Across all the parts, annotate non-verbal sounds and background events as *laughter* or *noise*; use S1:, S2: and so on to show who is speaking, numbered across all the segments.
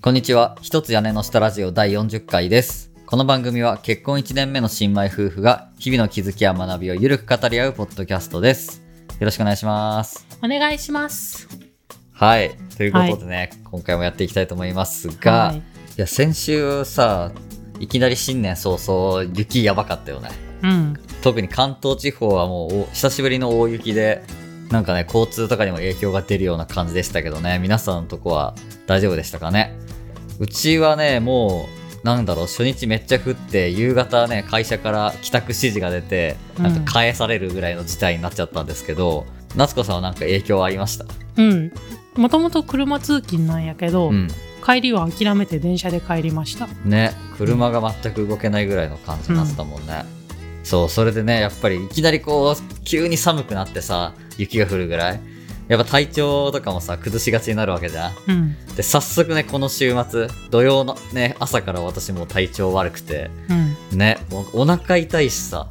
S1: こんにちは。一つ屋根の下ラジオ第40回です。この番組は結婚1年目の新米夫婦が日々の気づきや学びをゆるく語り合うポッドキャストです。よろしくお願いします。
S2: お願いします。
S1: はい。ということでね、今回もやっていきたいと思いますが、
S2: はい
S1: い、や、先週さ、いきなり新年早々雪やばかったよね。
S2: うん。特
S1: 特に関東地方はもうお久しぶりの大雪でなんかね交通とかにも影響が出るような感じでしたけどね皆さんのとこは大丈夫でしたかねうちはねもうなんだろう初日めっちゃ降って夕方ね会社から帰宅指示が出てなんか返されるぐらいの事態になっちゃったんですけど、夏子さんはなんか影響はありました
S2: うん。もともと車通勤なんやけど、
S1: うん
S2: 帰りは諦めて電車で帰りました。
S1: ね車が全く動けないぐらいの感じになってたもんね、そうそれでねやっぱりいきなりこう急に寒くなってさ雪が降るぐらいやっぱ体調とかもさ崩しがちになるわけじゃん
S2: うん。
S1: で早速ねこの週末土曜のね朝から私もう体調悪くて
S2: うん。
S1: ねもうお腹痛いしさ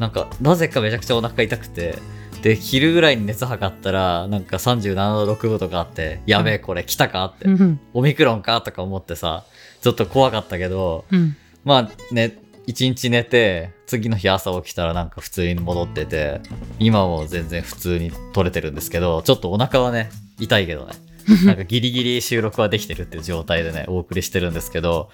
S1: なんかなぜかめちゃくちゃお腹痛くてで昼ぐらいに熱測ったらなんか37度6分とかあってやべえこれ来たかって、
S2: うん。
S1: オミクロンかとか思ってさちょっと怖かったけど
S2: うん。
S1: まあね、一日寝て、次の日朝起きたらなんか普通に戻ってて、今も全然普通に取れてるんですけど、ちょっとお腹はね、痛いけどね。なんかギリギリ収録はできてるっていう状態でね、お送りしてるんですけど、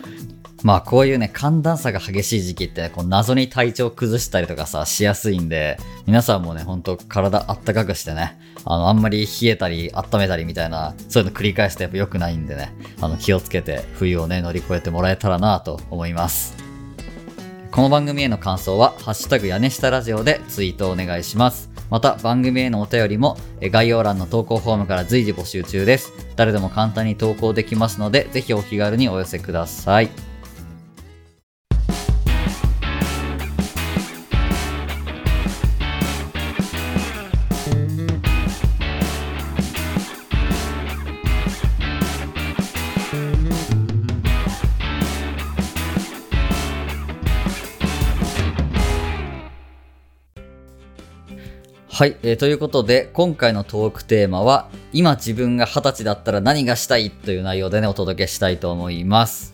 S1: まあこういうね、寒暖差が激しい時期ってね、こう謎に体調崩したりとかさ、しやすいんで、皆さんもね、ほんと体あったかくしてね、あの、あんまり冷えたり、温めたりみたいな、そういうの繰り返してやっぱ良くないんでね、あの、気をつけて冬をね、乗り越えてもらえたらなと思います。この番組への感想は、ハッシュタグ屋根下ラジオでツイートお願いします。また、番組へのお便りも、え概要欄の投稿フォームから随時募集中です。誰でも簡単に投稿できますので、ぜひお気軽にお寄せください。はい、えーということで今回のトークテーマは「今自分が二十歳だったら何がしたい?」という内容でねお届けしたいと思います。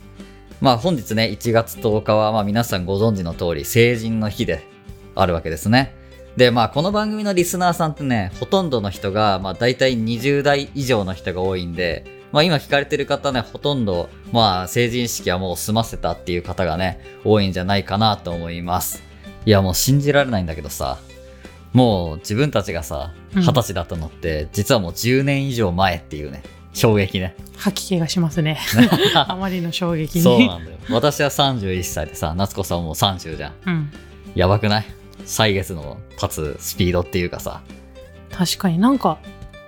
S1: まあ本日ね1月10日はまあ皆さんご存知の通り成人の日であるわけですね。でまあこの番組のリスナーさんってねほとんどの人がまあ大体20代以上の人が多いんで、まあ、今聞かれてる方ねほとんどまあ成人式はもう済ませたっていう方がね多いんじゃないかなと思います。いやもう信じられないんだけどさもう自分たちがさ
S2: うん
S1: 二十歳だったのって、実はもう10年以上前っていうね衝撃ね
S2: 吐き気がしま
S1: *laughs*
S2: すね。あまりの衝撃に。
S1: そうなんだよ私は31歳でさ夏子さんはもう30じゃん
S2: うん。
S1: やばくない歳月の経つスピードっていうかさ
S2: 確かになんか、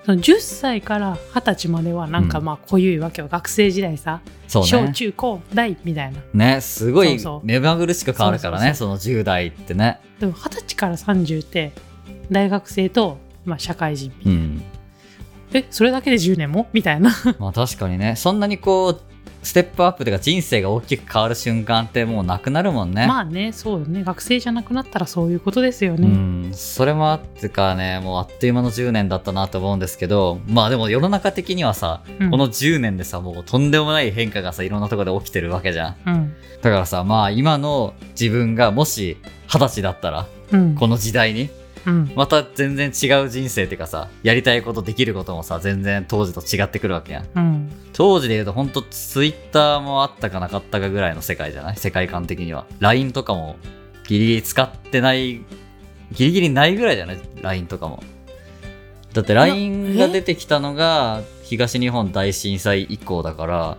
S2: その10歳から20歳まではなんか
S1: うん
S2: まあ濃ゆいわけよ。学生時代さ、
S1: そう
S2: 小
S1: ね
S2: 中高大みたいな。
S1: ねすごい
S2: そうそう
S1: 目まぐるしく変わるからねその10代ってね
S2: でも20歳から30って大学生と、まあ、社会人
S1: うん
S2: えそれだけで10年もみたいな
S1: *laughs* まあ確かにねそんなにこうステップアップというか人生が大きく変わる瞬間ってもうなくなるもんね
S2: まあねそうよね学生じゃなくなったらそういうことですよ
S1: う
S2: ね、
S1: ん、それもあってかねもうあっという間の10年だったなと思うんですけどまあでも世の中的にはさ、
S2: うん
S1: この10年でさもうとんでもない変化がさいろんなところで起きてるわけじゃん
S2: うん
S1: だからさまあ今の自分がもし二十歳だったら
S2: うん
S1: この時代に
S2: うん
S1: また全然違う人生っていうかさやりたいことできることもさ全然当時と違ってくるわけやん
S2: うん
S1: 当時で言うとほんとツイッターもあったかなかったかぐらいの世界じゃない世界観的には LINE とかもギリギリ使ってないギリギリないぐらいじゃない LINE とかもだって LINE が出てきたのが東日本大震災以降だから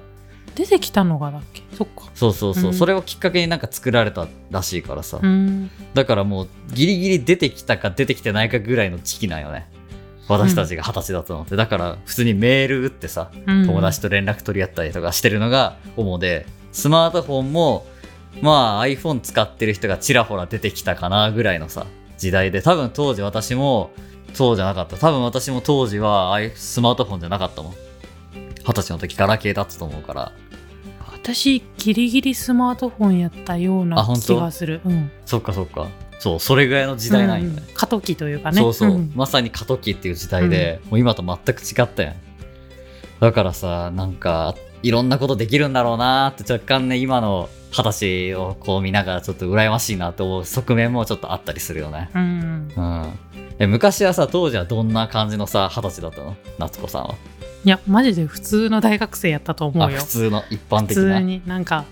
S2: 出てきたのがだっけそっか
S1: そうそうそう、
S2: うん
S1: それをきっかけになんか作られたらしいからさ、
S2: うん
S1: だからもうギリギリ出てきたか出てきてないかぐらいの時期なんよね私たちが二十歳だったのって、だから普通にメール打ってさ
S2: うん
S1: 友達と連絡取り合ったりとかしてるのが主でスマートフォンもまあ iPhone 使ってる人がちらほら出てきたかなぐらいのさ時代で多分当時私もそうじゃなかった多分私も当時はあいスマートフォンじゃなかったもん二十歳の時ガラケーだったと思うから
S2: 私ギリギリスマートフォンやったよう
S1: あ
S2: な
S1: 本当
S2: 気がするうん
S1: そっかそっかそうそれぐらいの時代なんよね、
S2: うん過渡期というかね
S1: そうそう、
S2: ん
S1: まさに過渡期っていう時代で、もう今と全く違ったやんだからさなんかあっいろんなことできるんだろうなーって若干ね、今の二十歳をこう見ながらちょっと羨ましいなと思う側面もちょっとあったりするよね。
S2: うん
S1: うん。え昔はさ、当時はどんな感じのさ、二十歳だったの夏子さんは。
S2: いやマジで普通の大学生やったと思
S1: あ、
S2: うよ
S1: 普通の一般
S2: 普
S1: 的な。
S2: 通になんか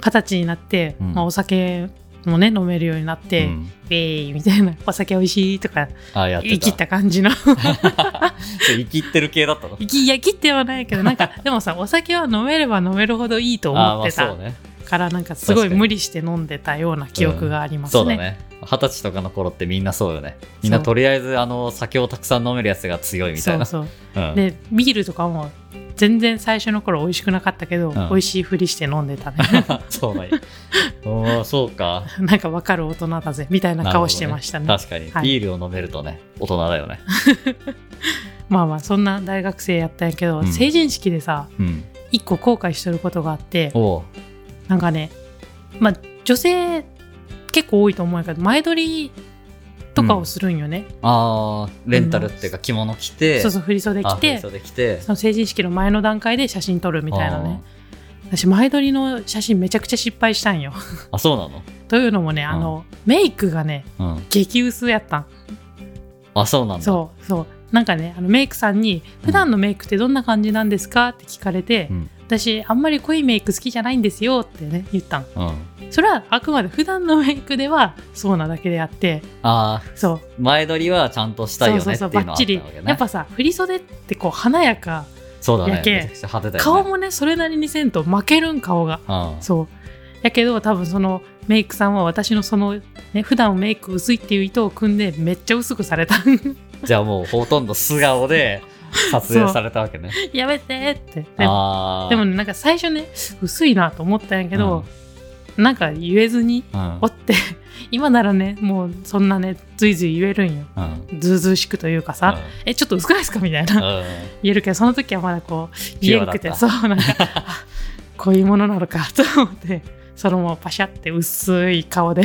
S2: 二十歳になって、
S1: うん
S2: まあ、お酒もね飲めるようになって、
S1: うん
S2: ウェイみたいなお酒おいしいとか
S1: あ、やってた。
S2: 生きった感じの
S1: *laughs* そう生きってる系だったの。
S2: 生きいや切ってはないけどなん *laughs* かでもさお酒は飲めれば飲めるほどいいと
S1: あー
S2: 思
S1: まあ
S2: って
S1: そう
S2: た
S1: ね。
S2: からなんかすご
S1: 確
S2: い
S1: かに
S2: 無理して飲んでたような記憶がありますね,、
S1: そうだね。二十歳とかの頃ってみんなそうよね。みんな
S2: そう
S1: とりあえずあの酒をたくさん飲めるやつが強いみたいな。
S2: そうそう
S1: うん
S2: でビールとかも全然最初の頃美味しくなかったけど、
S1: ん
S2: 美味しいふりして飲んでたね
S1: *laughs*
S2: *laughs*
S1: そうだよ。おーそうか。
S2: なんかわかる大人だぜみたいな顔してましたね
S1: なるほどね確か
S2: はい
S1: に。ビールを飲めるとね、大人だよね。
S2: まあまあそんな大学生やったんやけど、
S1: うん
S2: 成人式でさ
S1: うん。
S2: 一個後悔してることがあって
S1: おう
S2: なんかねまあ女性結構多いと思うんやけど前撮りとかをするんよね、
S1: あーレンタルっていうか着物着て、
S2: そうそう振り袖
S1: あ
S2: 着て
S1: そうで着て、
S2: その成人式の前の段階で写真撮るみたいなね私前撮りの写真めちゃくちゃ失敗したんよ *laughs*
S1: あー。あ、そうなの
S2: というのもねあの、メイクがね
S1: うん。
S2: 激薄やったん
S1: あ、そうなんだ。
S2: そうそうなんかねあのメイクさんに「普段のメイクってどんな感じなんですか?」って聞かれて、
S1: うん
S2: 私あんまり濃いメイク好きじゃないんですよってね言ったん
S1: うん。
S2: それはあくまで普段のメイクではそうなだけであって
S1: あー
S2: そう
S1: 前撮りはちゃんとしたい
S2: そう
S1: よ
S2: そ
S1: ね
S2: う
S1: って
S2: そ
S1: いううのはあったわ
S2: ばっち
S1: け
S2: り
S1: ね。
S2: やっぱさ振り袖ってこう華やか
S1: そうだね。
S2: やけ
S1: めちゃくちゃ派手だよね。
S2: 顔もねそれなりにせんと負けるん顔が
S1: うん。
S2: そうやけど多分そのメイクさんは私のそのね普段メイク薄いっていう意図を組んでめっちゃ薄くされた *laughs*
S1: じゃあもうほとんど素顔で撮影されたわけ
S2: *laughs*
S1: ね。
S2: やめてってで
S1: ああ。
S2: でもねなんか最初ね薄いなと思ったんやけど、なんか言えずに
S1: うん、
S2: おって *laughs* 今ならねもうそんなねずいずい言えるんよ
S1: うん。うん。
S2: ずうずうしくというかさ、えちょっと薄くないですかみたいな
S1: うん。
S2: 言えるけどその時はまだこう
S1: ピ
S2: 言
S1: ュ
S2: え
S1: アだ
S2: なく
S1: った
S2: てそうな
S1: *laughs*
S2: んかあこういうものなのかと思ってそのままパシャって薄い顔で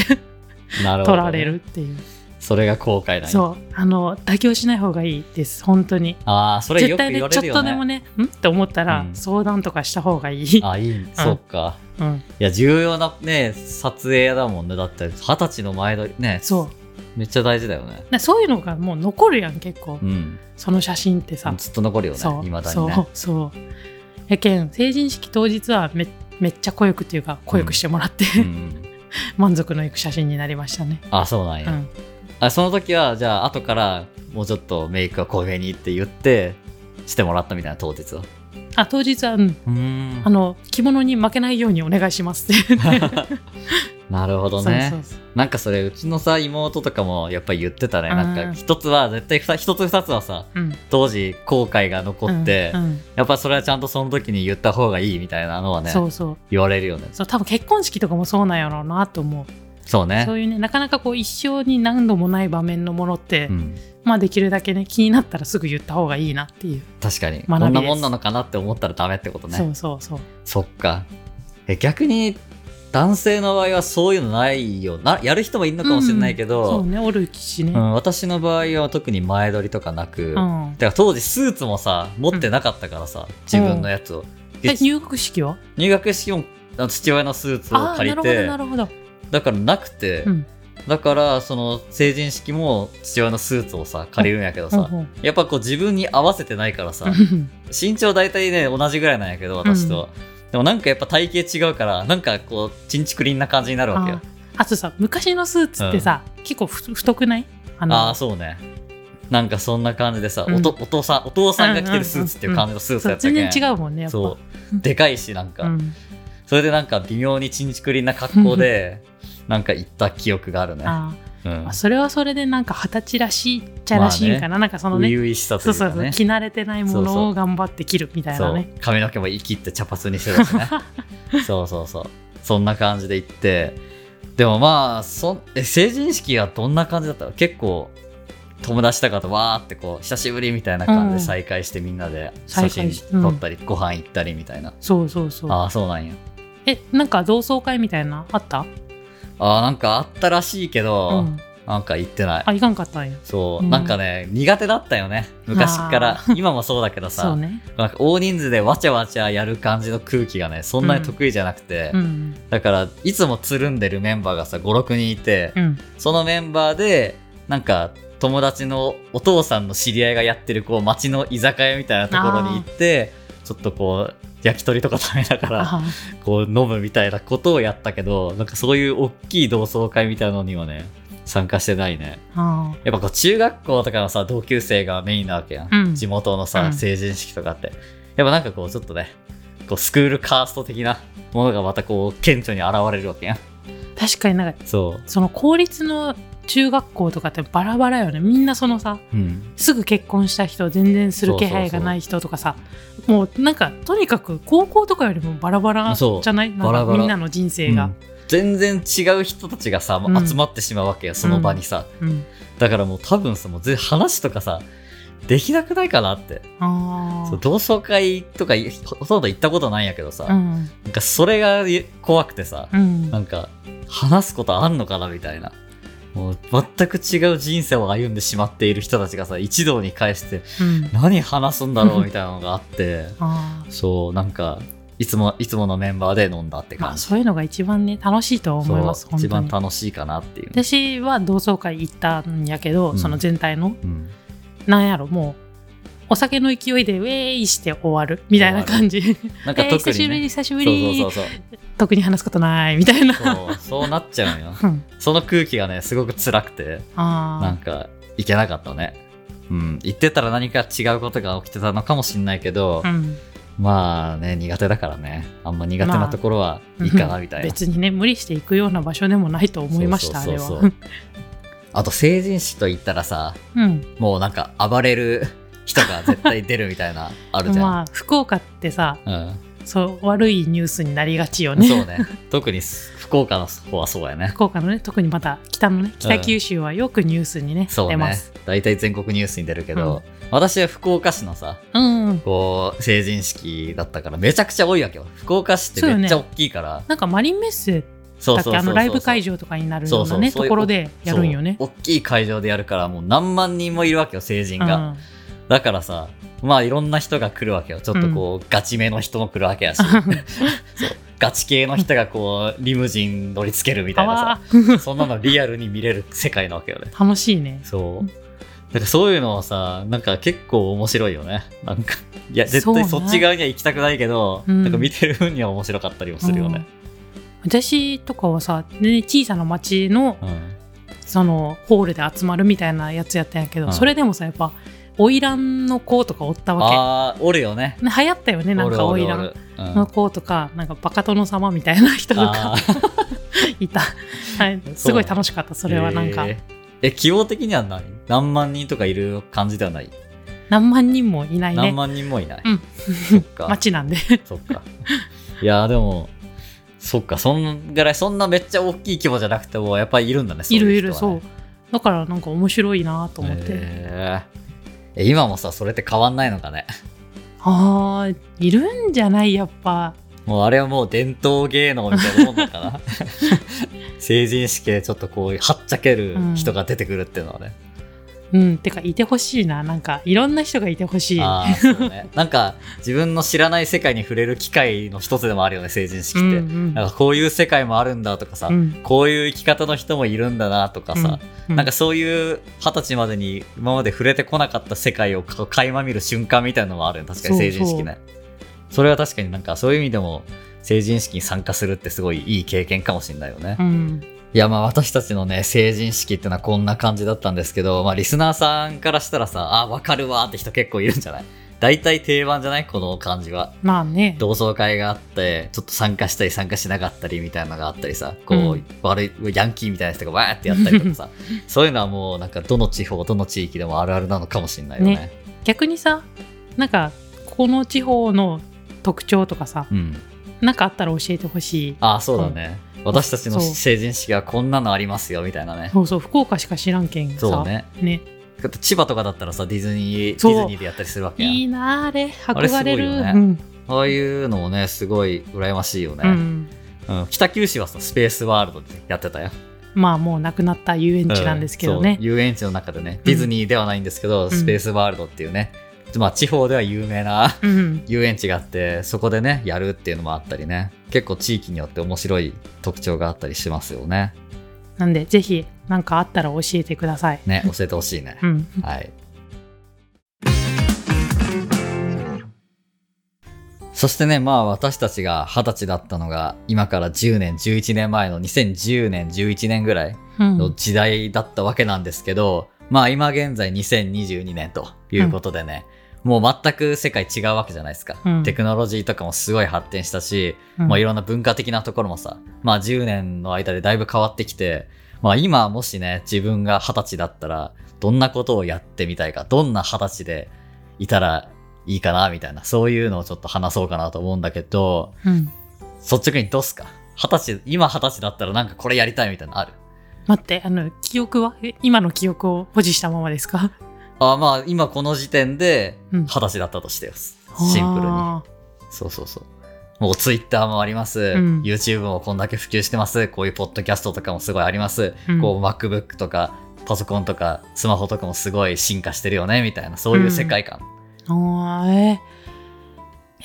S1: なるほどね
S2: 撮られるっていう、
S1: それが後悔だう。
S2: そうあの妥協しない方がいいです本当に
S1: ああ、それ
S2: 絶
S1: よく
S2: 対ね
S1: 言
S2: ちょ
S1: わ
S2: っ
S1: れるよね。
S2: とでもねんって思ったら、
S1: うん
S2: 相談とかした方がいい、
S1: あいい、そっか。
S2: うん、
S1: いや、重要なね、撮影だもんね。だって、二十歳の前撮りね、
S2: そう
S1: めっちゃ大事だよね。
S2: なそういうのがもう残るやん結構、
S1: うん。
S2: その写真ってさ、
S1: ずっと残るよね、
S2: そう
S1: いまだに
S2: そ
S1: ね
S2: う。そうやけん成人式当日はめめっちゃ濃ゆくっていうか濃ゆくしてもらって、
S1: うん、
S2: *laughs* 満足のいく写真になりましたね、
S1: あ、そうなん
S2: う
S1: や。
S2: ん、
S1: あその時は、じゃあ、後から、もうちょっとメイクは濃いめにって言って、してもらったみたいな当日は。
S2: あ当日は、うん、
S1: うーん
S2: あの着物に負けないようにお願いしますって
S1: *laughs* なるほどね。
S2: そうそう
S1: なんかそれ、うちのさ、妹とかもやっぱり言ってたね。なん
S2: う
S1: か、
S2: ん
S1: 一つは、絶対ふた、一つ二つはさ、
S2: うん
S1: 当時、後悔が残って、
S2: うんうん
S1: やっぱそれはちゃんとその時に言った方がいいみたいなのはね、
S2: そうそう
S1: 言われるよね。
S2: そう多分結婚式とかもそうなんやろうなと思う
S1: そうね。
S2: そういうねなかなかこう一生に何度もない場面のものって、
S1: うん、
S2: まあできるだけね気になったらすぐ言った方がいいなっていう、
S1: 確かに。
S2: 学びです
S1: こんなもんなのかなって思ったらダメってことね。
S2: そうそうそう
S1: そっか。え、逆に、男性の場合はそういうのないよな。やる人もいるのかもしれないけ
S2: そ
S1: ど、う
S2: うんねおるしね、
S1: 私の場合は特に前撮りとかなく、
S2: う
S1: だ
S2: ん、
S1: から当時スーツもさ持ってなかったからさ、自分のやつを、で
S2: え入学式は
S1: 入学式もあの父親のスーツを
S2: ああ
S1: 借
S2: ー
S1: り
S2: な
S1: て
S2: るほどなるほ
S1: だからなくて、
S2: ど、うん
S1: だからその成人式も父親のスーツをさ借りるんやけどさ、
S2: うんうん
S1: やっぱこう自分に合わせてないから
S2: *laughs*
S1: さ身長大体ね同じぐらいなんやけど私と、でもなんかやっぱ体型違うからなんかこうチンチクリンな感じになるわけよ
S2: ああとさ昔のスーツってさ、結構ふ太くないあの
S1: ああーそうねなんかそんな感じでさ、
S2: うん
S1: おとお父さんお父さんが着てるスーツっていう感じのスーツ
S2: そ
S1: や
S2: う
S1: ったけん
S2: 全然違うもんねやっぱ
S1: そうでかいしなんか、
S2: うん
S1: それでなんか微妙にちんちくりんな格好で、なんか行った記憶があるね。
S2: あ
S1: う
S2: ー
S1: ん
S2: まあ、それはそれでなんか二十歳らしいっちゃらしいんかな、なんかその
S1: 初
S2: ね
S1: 々しさと
S2: そ
S1: いう
S2: うそう
S1: か
S2: そう
S1: ね。
S2: 着慣れてないも
S1: そうそ
S2: の
S1: う
S2: を頑張って着るみたい
S1: そ
S2: な
S1: う
S2: ね
S1: 髪の毛も生きって茶髪にしてたし
S2: *laughs*
S1: ね。そうそうそう。そんな感じで行って。でもまあ、そんえ成人式はどんな感じだったの結構、友達とかとわーってこう、久しぶりみたいな感じで再会してみんなで写
S2: 再会
S1: 真
S2: し
S1: 撮ったり、ご飯行ったりみたいな。
S2: そうそうそう
S1: ああ、そうなんや。
S2: えなんか同窓会みたいなあった
S1: ああ、なんかあったらしいけど、
S2: うん
S1: なんか行ってない。
S2: あ、いかんかったんや。
S1: そう、
S2: うん
S1: なんかね、苦手だったよね。昔から。
S2: *laughs*
S1: 今もそうだけど
S2: そ
S1: さ、
S2: うね。
S1: なんか大人数でわちゃわちゃやる感じの空気がね、そんなに得意じゃなくて、
S2: うん。
S1: だから、いつもつるんでるメンバーがさ、5、6人いて、
S2: うん。
S1: そのメンバーで、なんか、友達のお父さんの知り合いがやってる、こう、街の居酒屋みたいなところに行って、ちょっとこう、焼き鳥とか食べながら、
S2: あ
S1: こう、飲むみたいなことをやったけど、なんかそういう大きい同窓会みたいなのにはね、参加してないね。
S2: あ。
S1: やっぱこう、中学校とかのさ、同級生がメインなわけやん。
S2: うん
S1: 地元のさ、
S2: うん
S1: 成人式とかって。やっぱなんかこう、ちょっとね、こう、スクールカースト的なものがまたこう、顕著に現れるわけやん。
S2: 確かになんか、
S1: そ
S2: その公立の中学校とかってバラバラよね。みんなそのさ、
S1: う。うん。
S2: すぐ結婚した人、全然する気配がない人とかさ、もうなんか、とにかく高校とかよりもバラバラじ
S1: そう
S2: ゃないなんか
S1: バラバラ
S2: みんなの人生
S1: う
S2: が
S1: ん。全然違う人たちがさ、
S2: うん
S1: 集まってしまうわけよその場にさ、
S2: うん。
S1: だからもう多分さもうぜ話とかさできなくないかなって、
S2: あ
S1: そう同窓会とかいほほとんど行ったことないんやけどさ、
S2: あ。うん。
S1: なんかそれがい怖くてさ、
S2: うん
S1: な。んか話すことあんのかなみたいなもう全く違う人生を歩んでしまっている人たちがさ一堂に会して
S2: うん
S1: 何話すんだろうみたいなのがあって *laughs*
S2: ああ。
S1: そうなんかいつもいつものメンバーで飲んだって
S2: まあ、
S1: 感じ、
S2: そういうのが一番ね、楽しいと思います、
S1: そう
S2: 本
S1: 一
S2: 当
S1: 番
S2: に。
S1: 楽しいかなっていう
S2: 私は同窓会行ったんやけど、
S1: うん
S2: その全体の
S1: うん
S2: なんやろもうお酒の勢いでウェイして終わるみたいな感じ、
S1: なんか
S2: *laughs* えー
S1: 特
S2: 久し
S1: に、
S2: ぶり
S1: ね、
S2: 久し
S1: そ
S2: ぶ
S1: う
S2: り
S1: そうそう
S2: 特に話すことないみたいな
S1: そうそうそうなっちゃうよ *laughs*
S2: うん
S1: その空気がねすごく辛くてな
S2: あ
S1: んかいけなかったねうん言ってたら何か違うことが起きてたのかもしんないけど、
S2: ーうん
S1: まあね苦手だからねあんま苦手なところはいいかなみたいな、
S2: 別にね無理していくような場所でもないと思いましたあ
S1: そう
S2: れ
S1: そうそう
S2: は
S1: あと成人式と言ったらさ
S2: うん
S1: もうなんか暴れる人が絶対出るみたい
S2: *laughs*
S1: なあるじゃん、
S2: まあ福岡ってさ
S1: う
S2: そう悪いニュースになりがちよ
S1: ん、
S2: ね
S1: そうね特に福岡の方はそうやね
S2: 福岡のね特にまた北のね北九州はよくニュースにね、
S1: そう
S2: 出ま
S1: ね
S2: す。
S1: 大体全国ニュースに出るけど、私は福岡市のさ、
S2: うん
S1: こう、成人式だったからめちゃくちゃ多いわけよ。福岡市ってめっちゃ大きいから。
S2: なんかマリンメッセ
S1: そう
S2: だっ
S1: そ
S2: け
S1: うそうそう。
S2: あのライブ会場とかになるよう
S1: そ
S2: な
S1: うそう
S2: ね
S1: そうい
S2: と
S1: う
S2: ころでやるんよね。
S1: そう大きい会場でやるからもう何万人もいるわけよ、成人
S2: う
S1: が。
S2: ん
S1: だからさ、まあいろんな人が来るわけよ。ちょっとこう、ガチめの人も来るわ
S2: *laughs*
S1: けやし。そうガチ系の人がこう、リムジン乗りつけるみたいな
S2: あー
S1: さ、そんなのリアルに見れる世界なわけよね。
S2: 楽しいね。
S1: そう。なんかそういうのはさ、なんか結構面白いよね。なんか、いや、絶
S2: そう
S1: 対
S2: ね
S1: そっち側には行きたくないけど、
S2: うん
S1: なんか見てる分には面白かったりもするよね。
S2: うん私とかはさ、ね、小さな町の
S1: うん。
S2: そのホールで集まるみたいなやつやったんやけど、
S1: うん
S2: それでもさやっぱ花魁の子とかおったわ
S1: ああ、おるよね。
S2: け、ね、流行ったよねなんか
S1: お
S2: 花
S1: るおるお
S2: 魁
S1: る。うん
S2: の子とかなんかバカ殿様みたいな人と
S1: あ
S2: か
S1: ー
S2: いた、はい、すごい楽しかったそれはなんか、
S1: へーえ、規模的には何何万人とかいる感じではない、
S2: 何万人もいない
S1: 何
S2: ね
S1: 万人もいない。
S2: うん
S1: そっ
S2: *laughs*
S1: か。
S2: 町なんで
S1: そっか。いやーでも、そっか、そんぐらい、そんなめっちゃ大きい規模じゃなくても、やっぱりいるんだね、そう
S2: いる
S1: う
S2: い
S1: 人は
S2: る
S1: ね
S2: そうだからなんか面白いなと思って、
S1: へーえ今もさそれって変わんないのかね
S2: あーいるんじゃないやっぱ
S1: もうあれはもう伝統芸能みたいなもんだから
S2: *laughs*
S1: 成人式でちょっとこうはっちゃける人が出てくるっていうのはね、
S2: うんてかいてほしいななんかいろんな人がいてほしい
S1: ああそう
S2: *laughs*
S1: ねなんか自分の知らない世界に触れる機会の一つでもあるよね成人式
S2: う
S1: っ
S2: ん
S1: て、
S2: うん
S1: なんかこういう世界もあるんだとかさ、
S2: うん
S1: こういう生き方の人もいるんだなとかさ、
S2: うん
S1: なんかそういう二十歳までに今まで触れてこなかった世界をこう垣間見る瞬間みたいなのもあるよね確かに
S2: そうそ
S1: 成人
S2: う
S1: 式ねそれは確かになんかそういう意味でも成人式に参加するってすごいいい経験かもしれないよね、
S2: う
S1: い
S2: ん
S1: やまあ私たちのね成人式ってのはこんな感じだったんですけど、まあ、リスナーさんからしたらさあ分かるわーって人結構いるんじゃない大体定番じゃないこの感じは
S2: まあね
S1: 同窓会があってちょっと参加したり参加しなかったりみたいなのがあったりさこう、
S2: うん
S1: 悪いヤンキーみたいな人がわーってやったりとかさ *laughs* そういうのはもうなんかどの地方どの地域でもあるあるなのかもしれないよね
S2: ね逆にさなんかこの地方の特徴とかさ
S1: うん
S2: なんかあったら教えてほしい
S1: ああそうだね、私たちの
S2: そう
S1: 成人式はこんなのありますよみたいなね
S2: そうそう福岡しか知らんけん
S1: そ
S2: さ
S1: うね
S2: ね
S1: だって千葉とかだったらさディズニーデ
S2: そう
S1: ィズニーでやったりするわけやん
S2: いいなあれ
S1: あれすご
S2: 憧
S1: いよね
S2: れるうん
S1: ああいうのもねすごい羨ましいよ
S2: う
S1: ね、
S2: ん
S1: うん北九州はさスペースワールドでやってたよ
S2: まあもうなくなった遊園地なんですけど
S1: うん
S2: ね
S1: そう、遊園地の中でねディズニーではないんですけど、スペースワールドっていうね、まあ、地方では有名な *laughs*
S2: うん
S1: 遊園地があってそこでねやるっていうのもあったりね結構地域によって面白い特徴があったりしますよね
S2: なんでぜひ何かあったら教えてください、
S1: ね教えてほしいね
S2: う、ん、
S1: はいそしてねまあ私たちが二十歳だったのが今から10年11年前の2010年11年ぐらい
S2: うん
S1: の時代だったわけなんですけど、まあ今現在2022年ということでね、もう全く世界違うわけじゃないですか、
S2: うん
S1: テクノロジーとかもすごい発展したし、
S2: うん
S1: まあいろんな文化的なところもさ、まあ10年の間でだいぶ変わってきて、まあ今もしね、自分が二十歳だったら、どんなことをやってみたいか、どんな二十歳でいたらいいかな、みたいな、そういうのをちょっと話そうかなと思うんだけど、
S2: うん
S1: 率直にどうっすか二十歳、今二十歳だったらなんかこれやりたいみたいなのある
S2: 待ってあの記憶はえ今の記憶を保持したままですか
S1: あまあ今この時点で
S2: うん
S1: 二十歳だったとしてます、シンプルに
S2: あ
S1: そうそうそうもうツイッターもあります、
S2: ん
S1: YouTube もこんだけ普及してますこういうポッドキャストとかもすごいあります、
S2: うん
S1: こう MacBook とかパソコンとかスマホとかもすごい進化してるよねみたいなそういう世界観、
S2: ーあーえー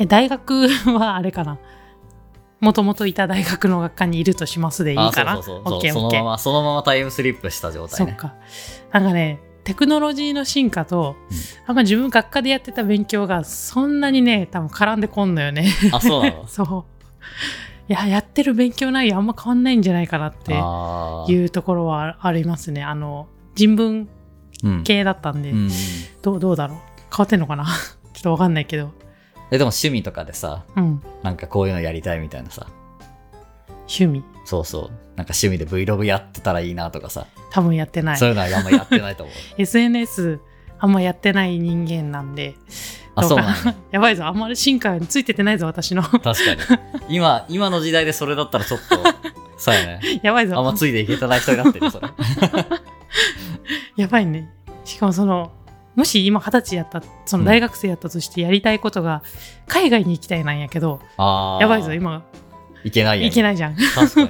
S2: え大学はあれかなもともといた大学の学科にいるとしますでいい
S1: あ
S2: かな
S1: そうそうそう
S2: オッケー
S1: そ
S2: オ
S1: の
S2: ッケー
S1: ままそのままタイムスリップした状
S2: そ
S1: 態
S2: っ
S1: ね
S2: か。なんかね、テクノロジーの進化と、
S1: うん
S2: なんか自分学科でやってた勉強がそんなにね、多分絡んでこんのよね。 *laughs*
S1: あそうなの
S2: そう。いや、やってる勉強内容あんま変わんないんじゃないかなって
S1: あ
S2: い
S1: ー
S2: うところはあありますね。あの、人文
S1: うん
S2: 系だったんで、
S1: うんうん
S2: どうどうだろう。変わってんのかな *laughs* ちょっとわかんないけど。
S1: えでも趣味とかでさ
S2: うん。
S1: なんかこういうのやりたいみたいなさ
S2: 趣味。
S1: そうそうなんか趣味で Vlog やってたらいいなとかさ
S2: 多分やってない
S1: そう。いうのはあんまやってないと
S2: *laughs*
S1: 思う。
S2: SNS あんまやってない人間なんで、
S1: あ、
S2: ど
S1: そう
S2: か
S1: なの、
S2: *laughs* やばいぞ。あんまり進化についててないぞ、私の。
S1: 確
S2: *laughs*
S1: かに。今、今の時代でそれだったらちょっと、そうや
S2: *laughs*
S1: ね。
S2: やばいぞ。
S1: あんまついていけてない人になってる、
S2: *laughs*
S1: それ。
S2: やばいね。しかもその、もし今二十歳やった、その大学生やったとしてやりたいことが、海外に行きたいなんやけど、
S1: あー
S2: やばいぞ、。今、
S1: いけないやん。
S2: 行けないじゃん。 *laughs*
S1: 確かに。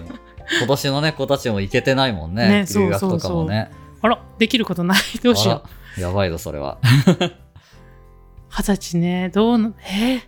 S1: 今年のね、子たちもいけてないもんね。
S2: ねそう
S1: 留学とかもね。
S2: あら、できることない。どうしよう。
S1: あらやばいぞ、それは。
S2: *laughs* 二十歳ね、どうな、えー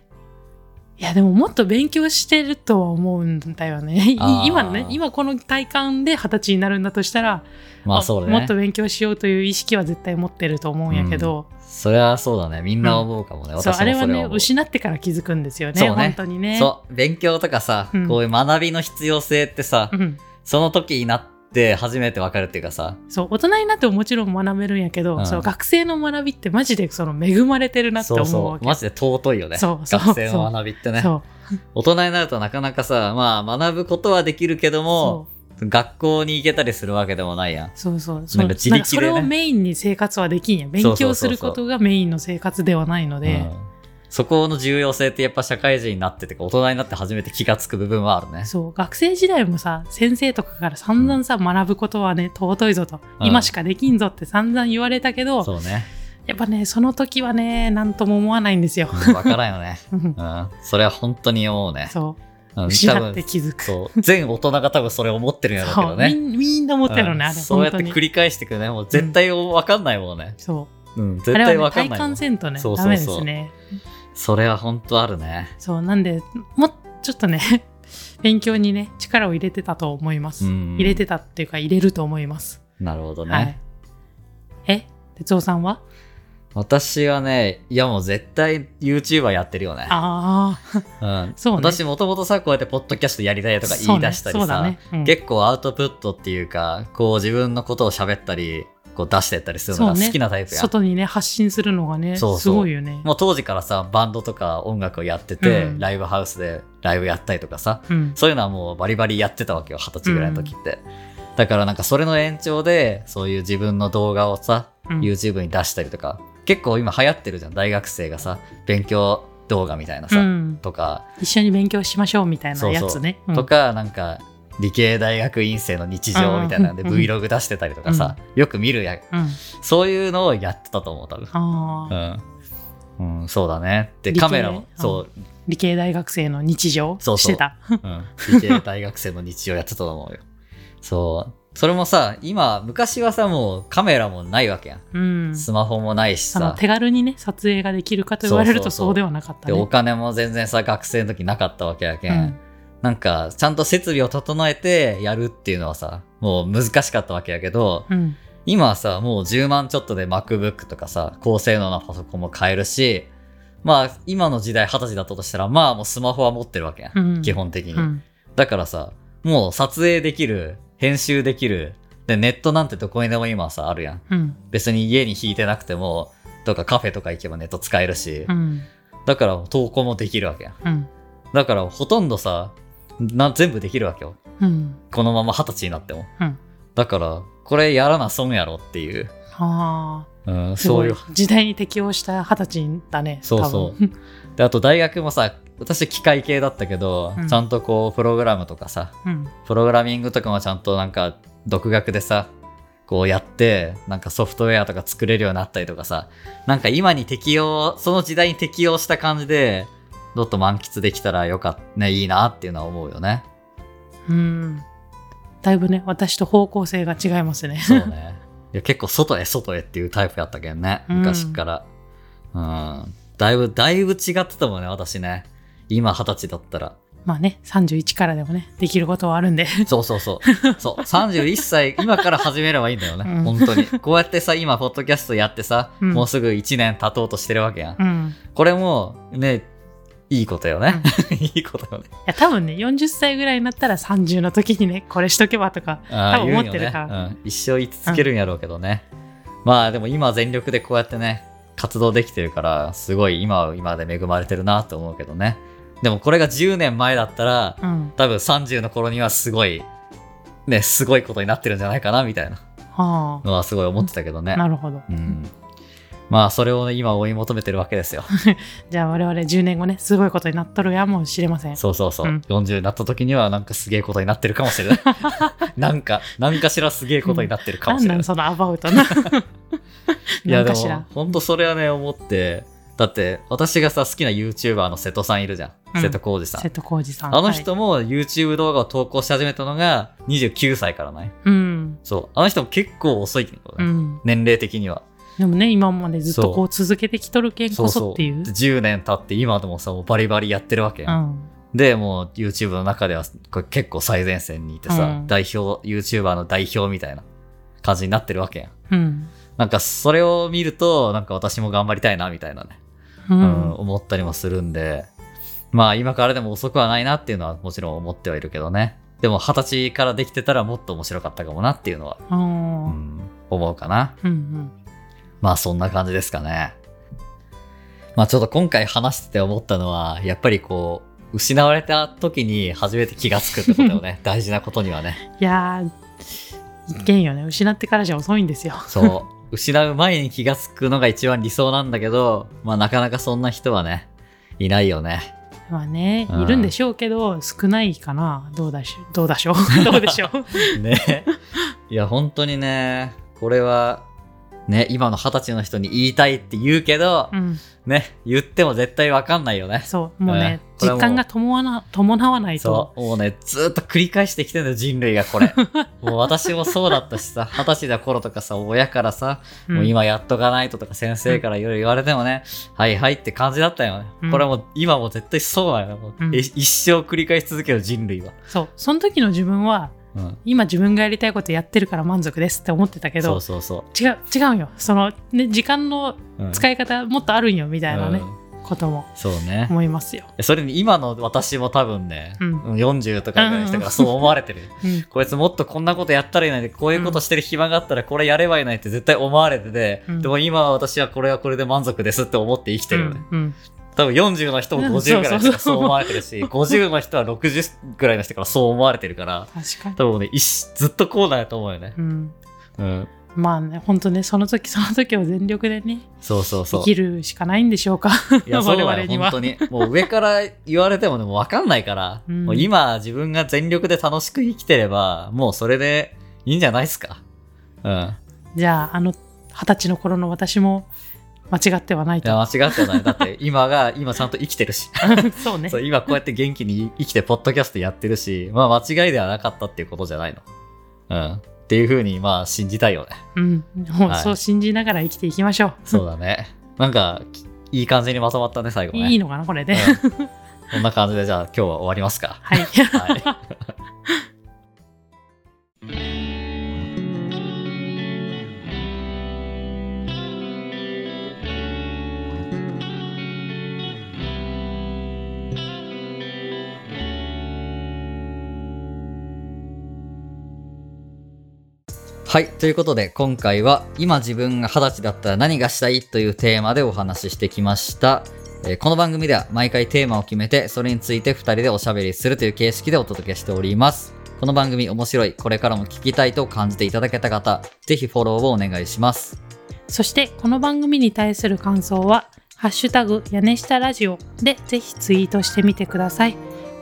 S2: いやでももっと勉強してるとは思うんだよね。 *laughs* い
S1: あー
S2: 今のね、今この体感で二十歳になるんだとしたら、
S1: まあ、そうだね。
S2: もっと勉強しようという意識は絶対持ってると思うんやけど、
S1: それはそうだね。みんな思うかもね。私
S2: そ
S1: も
S2: う
S1: そ
S2: あ
S1: れ
S2: れ
S1: は
S2: は
S1: 思う
S2: ね、失ってから気づくんですよね、
S1: そうね
S2: 本当にね。
S1: そう、勉強とかさ、
S2: うん
S1: こういう学びの必要性ってさ、
S2: うん
S1: その時になって初めてわかるっていうかさ、
S2: そう大人になってももちろん学べるんやけど、
S1: うん
S2: そう学生の学びってマジでその恵まれてるなって
S1: そう
S2: 思う
S1: そ
S2: わ
S1: う、
S2: け
S1: マジで尊いよね。
S2: そうそう
S1: 学生の学びってね。
S2: そう
S1: 大人になるとなかなかさ、まあ学ぶことはできるけども、学校に行けたりするわけでもないやん。
S2: そうそう
S1: なんか
S2: そう
S1: 自力でね
S2: なんかそれをメインに生活はできんや勉
S1: そうそう
S2: 強
S1: そ
S2: す
S1: うそう
S2: ることがメインの生活ではない
S1: う
S2: ので
S1: んそこの重要性ってやっぱ社会人になっててか、大人になって初めて気がつく部分はあるね。
S2: そう学生時代もさ先生とかから散々さ、学ぶことはね尊いぞと、
S1: うん
S2: 今しかできんぞって散々言われたけど
S1: そうね。
S2: やっぱねその時はね何とも思わないんですよ、
S1: うんわからんよね。 *laughs*
S2: うん
S1: うん。それは本当に思うね。
S2: *laughs* そ
S1: うん
S2: う
S1: 多
S2: 失って
S1: 分、
S2: 気づく
S1: そう。全大人が多分それ思ってるんやろうけ
S2: そ
S1: ど
S2: うみ
S1: ね。
S2: んみんな思ってるのね、
S1: うん
S2: あれ
S1: そうや
S2: 本
S1: って
S2: 当に
S1: 繰り返していくね。もう絶対わかんないもんね。
S2: そう
S1: うん、絶
S2: あれは
S1: 対
S2: ね
S1: わかん
S2: 体
S1: ないもん
S2: 感せんとね
S1: そうそう
S2: ダ
S1: そう
S2: メですね
S1: それは本当あるね。
S2: そうなんでもうちょっとね *laughs* 勉強にね力を入れてたと思います、
S1: うん
S2: 入れてたっていうか入れると思います、
S1: なるほどね。
S2: はいえ哲夫
S1: *laughs*
S2: さんは
S1: 私はね、いやもう絶対 YouTuber やってるよね。
S2: ああ
S1: うん、
S2: そうね
S1: 私もともとさこうやってポッドキャストやりたいとか言い出したり
S2: そう
S1: さ、
S2: だねそうだね、うん
S1: 結構アウトプットっていうかこう自分のことを喋ったりこう出してったりするのが
S2: そうね
S1: 好きなタイプやん、
S2: 外にね発信するのがね
S1: そうそう
S2: すごいよね
S1: もう当時からさバンドとか音楽をやってて、
S2: うん
S1: ライブハウスでライブやったりとかさ
S2: うん
S1: そういうのはもうバリバリやってたわけよ二十歳ぐらいの時って、だからなんかそれの延長でそういう自分の動画をさ
S2: うん
S1: YouTube に出したりとか結構今流行ってるじゃん大学生がさ勉強動画みたいな
S2: う
S1: さ、
S2: ん
S1: とか
S2: 一緒に勉強しましょうみたいな
S1: そう
S2: や
S1: そう
S2: つね
S1: とか、なんか、理系大学院生の日常みたいなんで、
S2: うんうんうん
S1: Vlog 出してたりとかさ、よく見るやん、
S2: うん、うん
S1: そういうのをやってたと思う、多分。
S2: あ
S1: う
S2: あ
S1: ん。うん、そうだね。で、
S2: 理系
S1: カメラも、
S2: うん
S1: そう、
S2: 理系大学生の日常
S1: そうそう
S2: してた
S1: うん、理系大学生の日常やってたと思うよ。そう。それもさ、今、昔はさ、もうカメラもないわけやん。
S2: うん
S1: スマホもないし
S2: あの
S1: さ。
S2: 手軽にね撮影ができるかと言われる
S1: そ
S2: と
S1: うそうそう
S2: そうではなかった
S1: で、お
S2: ね。
S1: 金も全然さ、学生の時なかったわけやけ。
S2: うん
S1: なんか、ちゃんと設備を整えてやるっていうのはさ、もう難しかったわけやけど、
S2: うん
S1: 今はさ、もう10万ちょっとで MacBook とかさ、高性能なパソコンも買えるし、まあ、今の時代20歳だったとしたら、まあもうスマホは持ってるわけやん。
S2: うん
S1: 基本的に。
S2: うん
S1: だからさ、もう撮影できる、編集できる、で、ネットなんてどこにでも今さ、あるやん。
S2: うん
S1: 別に家に引いてなくても、とかカフェとか行けばネット使えるし
S2: う、ん
S1: だから投稿もできるわけやん。
S2: うん
S1: だからほとんどさ、な全部できるわけよ。
S2: うん
S1: このまま二十歳になっても。
S2: うん
S1: だから、これやらな損やろっていう、
S2: あ
S1: うん、
S2: あす
S1: そ
S2: ご
S1: うい。
S2: いう時代に適応した二十歳だね
S1: そうそう
S2: 多分
S1: *laughs* で、あと大学もさ、私機械系だったけど、
S2: うん
S1: ちゃんとこう、プログラムとかさ、
S2: うん
S1: プログラミングとかもちゃんとなんか独学でさこうやってなんかソフトウェアとか作れるようになったりとかさなんか今に適応その時代に適応した感じでちょっと満喫できたらよかったねいいなっていうのは思うよね
S2: うんだいぶね私と方向性が違いますね
S1: そう
S2: *laughs*
S1: ねいや結構外へ外へっていうタイプやったけんね
S2: うん
S1: 昔からうん、だいぶだいぶ違ってたもんね私ね今二十歳だったら
S2: まあね31からでもねできることはあるんで
S1: *laughs* そうそうそう。そう。31歳、今から始めればいいんだよね。
S2: うん
S1: 本当に。こうやってさ、今、ポッドキャストやってさ、
S2: うん
S1: もうすぐ1年経とうとしてるわけやん。
S2: うん
S1: これも、ね、いいことよね。 *laughs* いいことよね。
S2: いや多分ね40歳ぐらいになったら30の時にねこれしとけばとか
S1: あ
S2: 多
S1: あ、
S2: 分
S1: 言
S2: 思
S1: う
S2: っ
S1: よ
S2: てる
S1: ね
S2: か。
S1: う
S2: ら
S1: ん。一生言い続けるんやろうけどね。まあ、でも今全力でこうやってね、活動できてるから、すごい今は今で恵まれてるなと思うけどね。でもこれが10年前だったら、
S2: うん
S1: 多分30の頃にはすごい、ね、すごいことになってるんじゃないかな、みたいな。
S2: は
S1: のはすごい思ってたけど
S2: あ
S1: ね。
S2: なるほど
S1: うん、まあそれを、ね、今追い求めてるわけですよ。
S2: じゃあ我々10年後ねすごいことになっとるやもしれません
S1: そうそうそう。
S2: うん
S1: 40になった時にはなんかすげえことになってるかもし
S2: *laughs*
S1: れない。なんか、なんかしらすげえことになってるかも
S2: な
S1: しれ
S2: ん
S1: な。
S2: ないんそのアバウトな
S1: いや
S2: なん
S1: で
S2: かし
S1: も
S2: ら、
S1: ほんとそれはね、思って、だって私がさ、好きな YouTuber の瀬戸さんいるじゃん。
S2: うん
S1: 瀬戸康史さん。
S2: 瀬戸康史さん
S1: あの
S2: はい
S1: 人も YouTube 動画を投稿し始めたのが29歳からない。
S2: うん
S1: そう。あの人も結構遅いけど
S2: う
S1: ね、
S2: ん
S1: 年齢的には。
S2: でもね今までずっとこう続けてきとるけんこそっていう
S1: で10年経って今でもさ、もうバリバリやってるわけやん
S2: うん
S1: で、もう YouTube の中ではこれ結構最前線にいてさ、
S2: うん
S1: 代表、YouTuber の代表みたいな感じになってるわけやん。
S2: うん
S1: なんかそれを見ると、なんか私も頑張りたいなみたいなね、
S2: う
S1: うん
S2: ん
S1: 思ったりもするんで、まあ今からでも遅くはないなっていうのはもちろん思ってはいるけどね。でも二十歳からできてたらもっと面白かったかもなっていうのは、
S2: う
S1: うんん、思うかな。
S2: うん
S1: まあそんな感じですかね。まあちょっと今回話してて思ったのは、やっぱりこう、失われた時に初めて気がつくってことよ
S2: *laughs*
S1: ね。大事なことにはね。
S2: いやーいけんよね失ってからじゃ遅いんですよ *laughs*
S1: そう。失う前に気がつくのが一番理想なんだけど、まあなかなかそんな人はね、いないよね。
S2: まあね、
S1: うん
S2: いるんでしょうけど、少ないかな。どうだし、どうだしょう。
S1: *laughs*
S2: どうでしょう。 *laughs*
S1: ね。いや、本当にね、これは、ね、今の二十歳の人に言いたいって言うけど
S2: う、ん、
S1: ね、言っても絶対わかんないよね。
S2: そう、もうね
S1: ね、これはも
S2: 実
S1: う
S2: 感が伴わな伴わない
S1: そ
S2: と。
S1: う、もうね、ずーっと繰り返してきてんだよ、人類がこ
S2: *laughs*
S1: れ。もう私もそうだったしさ、二十歳の頃とかさ、親からさ、
S2: ん
S1: もう今やっとかないととか先生からいろいろ言われてもね、はいはいって感じだったよね。
S2: うん
S1: これもう今も絶対そうだよ、もう
S2: うん
S1: え一生繰り返し続ける人類は。
S2: そう、その時の自分は、
S1: うん、
S2: 今自分がやりたいことやってるから満足ですって思ってたけ
S1: そ
S2: ど
S1: う、そうそ
S2: 違う、違うんよ。その、ね、時間の
S1: う。うん
S2: 使い方もっとあるんよ、みたいなね、
S1: うん
S2: ことも
S1: そうね。
S2: 思いますよ。
S1: それに今の私も多分ね、
S2: うん
S1: 40とかぐらいの人からそう思われてる。
S2: うん。
S1: こいつもっとこんなことやったらいないで、こういうことしてる暇があったらこれやればいないって絶対思われてて、
S2: うん
S1: でも今は私はこれはこれで満足ですって思って生きてるよね。
S2: うん
S1: 多分40の人も50ぐらいの人からそう思われてるし、
S2: そうそうそう
S1: 50の人は60ぐらいの人からそう思われてるから、
S2: 確かに。
S1: 多分ね、一生ずっとこうなんやと思うよね
S2: う。ん。
S1: うん。
S2: まあね、本当ね、その時その時を全力でね、
S1: そうそうそ
S2: 生
S1: う。
S2: きるしかないんで
S1: *laughs*
S2: しょうか。
S1: いや、そうだ
S2: 我々
S1: よ、
S2: には
S1: 本当に。もう上から言われてもね、もうわかんないから、
S2: うん
S1: もう今自分が全力で楽しく生きてれば、もうそれでいいんじゃないですか。うん。
S2: じゃあ、あの、二十歳の頃の私も間違ってはない
S1: いや、
S2: と。
S1: 間違ってない。だって、今が、今ちゃんと生きてるし。
S2: *laughs* そうね
S1: そう、今こうやって元気に生きて、ポッドキャストやってるし、まあ、間違いではなかったっていうことじゃないの。うん。っていう風に、まあ、信じたいよね。
S2: うん、もう
S1: はい
S2: そう信じながら生きていきましょう。
S1: そうだね。なんか、きいい感じにまとまったね、最後ね。
S2: いいのかな、これで。
S1: うんこんな感じで、じゃあ今日は終わりますか。
S2: はい。 *laughs*
S1: はい。はい。ということで、今回は、今自分が二十歳だったら何がしたいというテーマでお話ししてきました。えーこの番組では毎回テーマを決めて、それについて2人でおしゃべりするという形式でお届けしております。この番組面白い、これからも聞きたいと感じていただけた方、ぜひフォローをお願いします。
S2: そして、この番組に対する感想は、ハッシュタグ屋根下ラジオでぜひツイートしてみてください。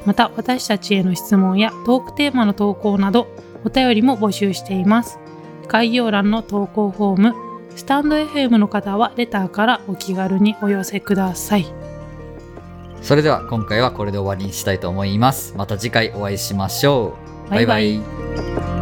S2: また、私たちへの質問やトークテーマの投稿など、お便りも募集しています。概要欄の投稿フォーム、スタンド FM の方はレターからお気軽にお寄せください。
S1: それでは今回はこれで終わりにしたいと思います。また次回お会いしましょう。バイバイ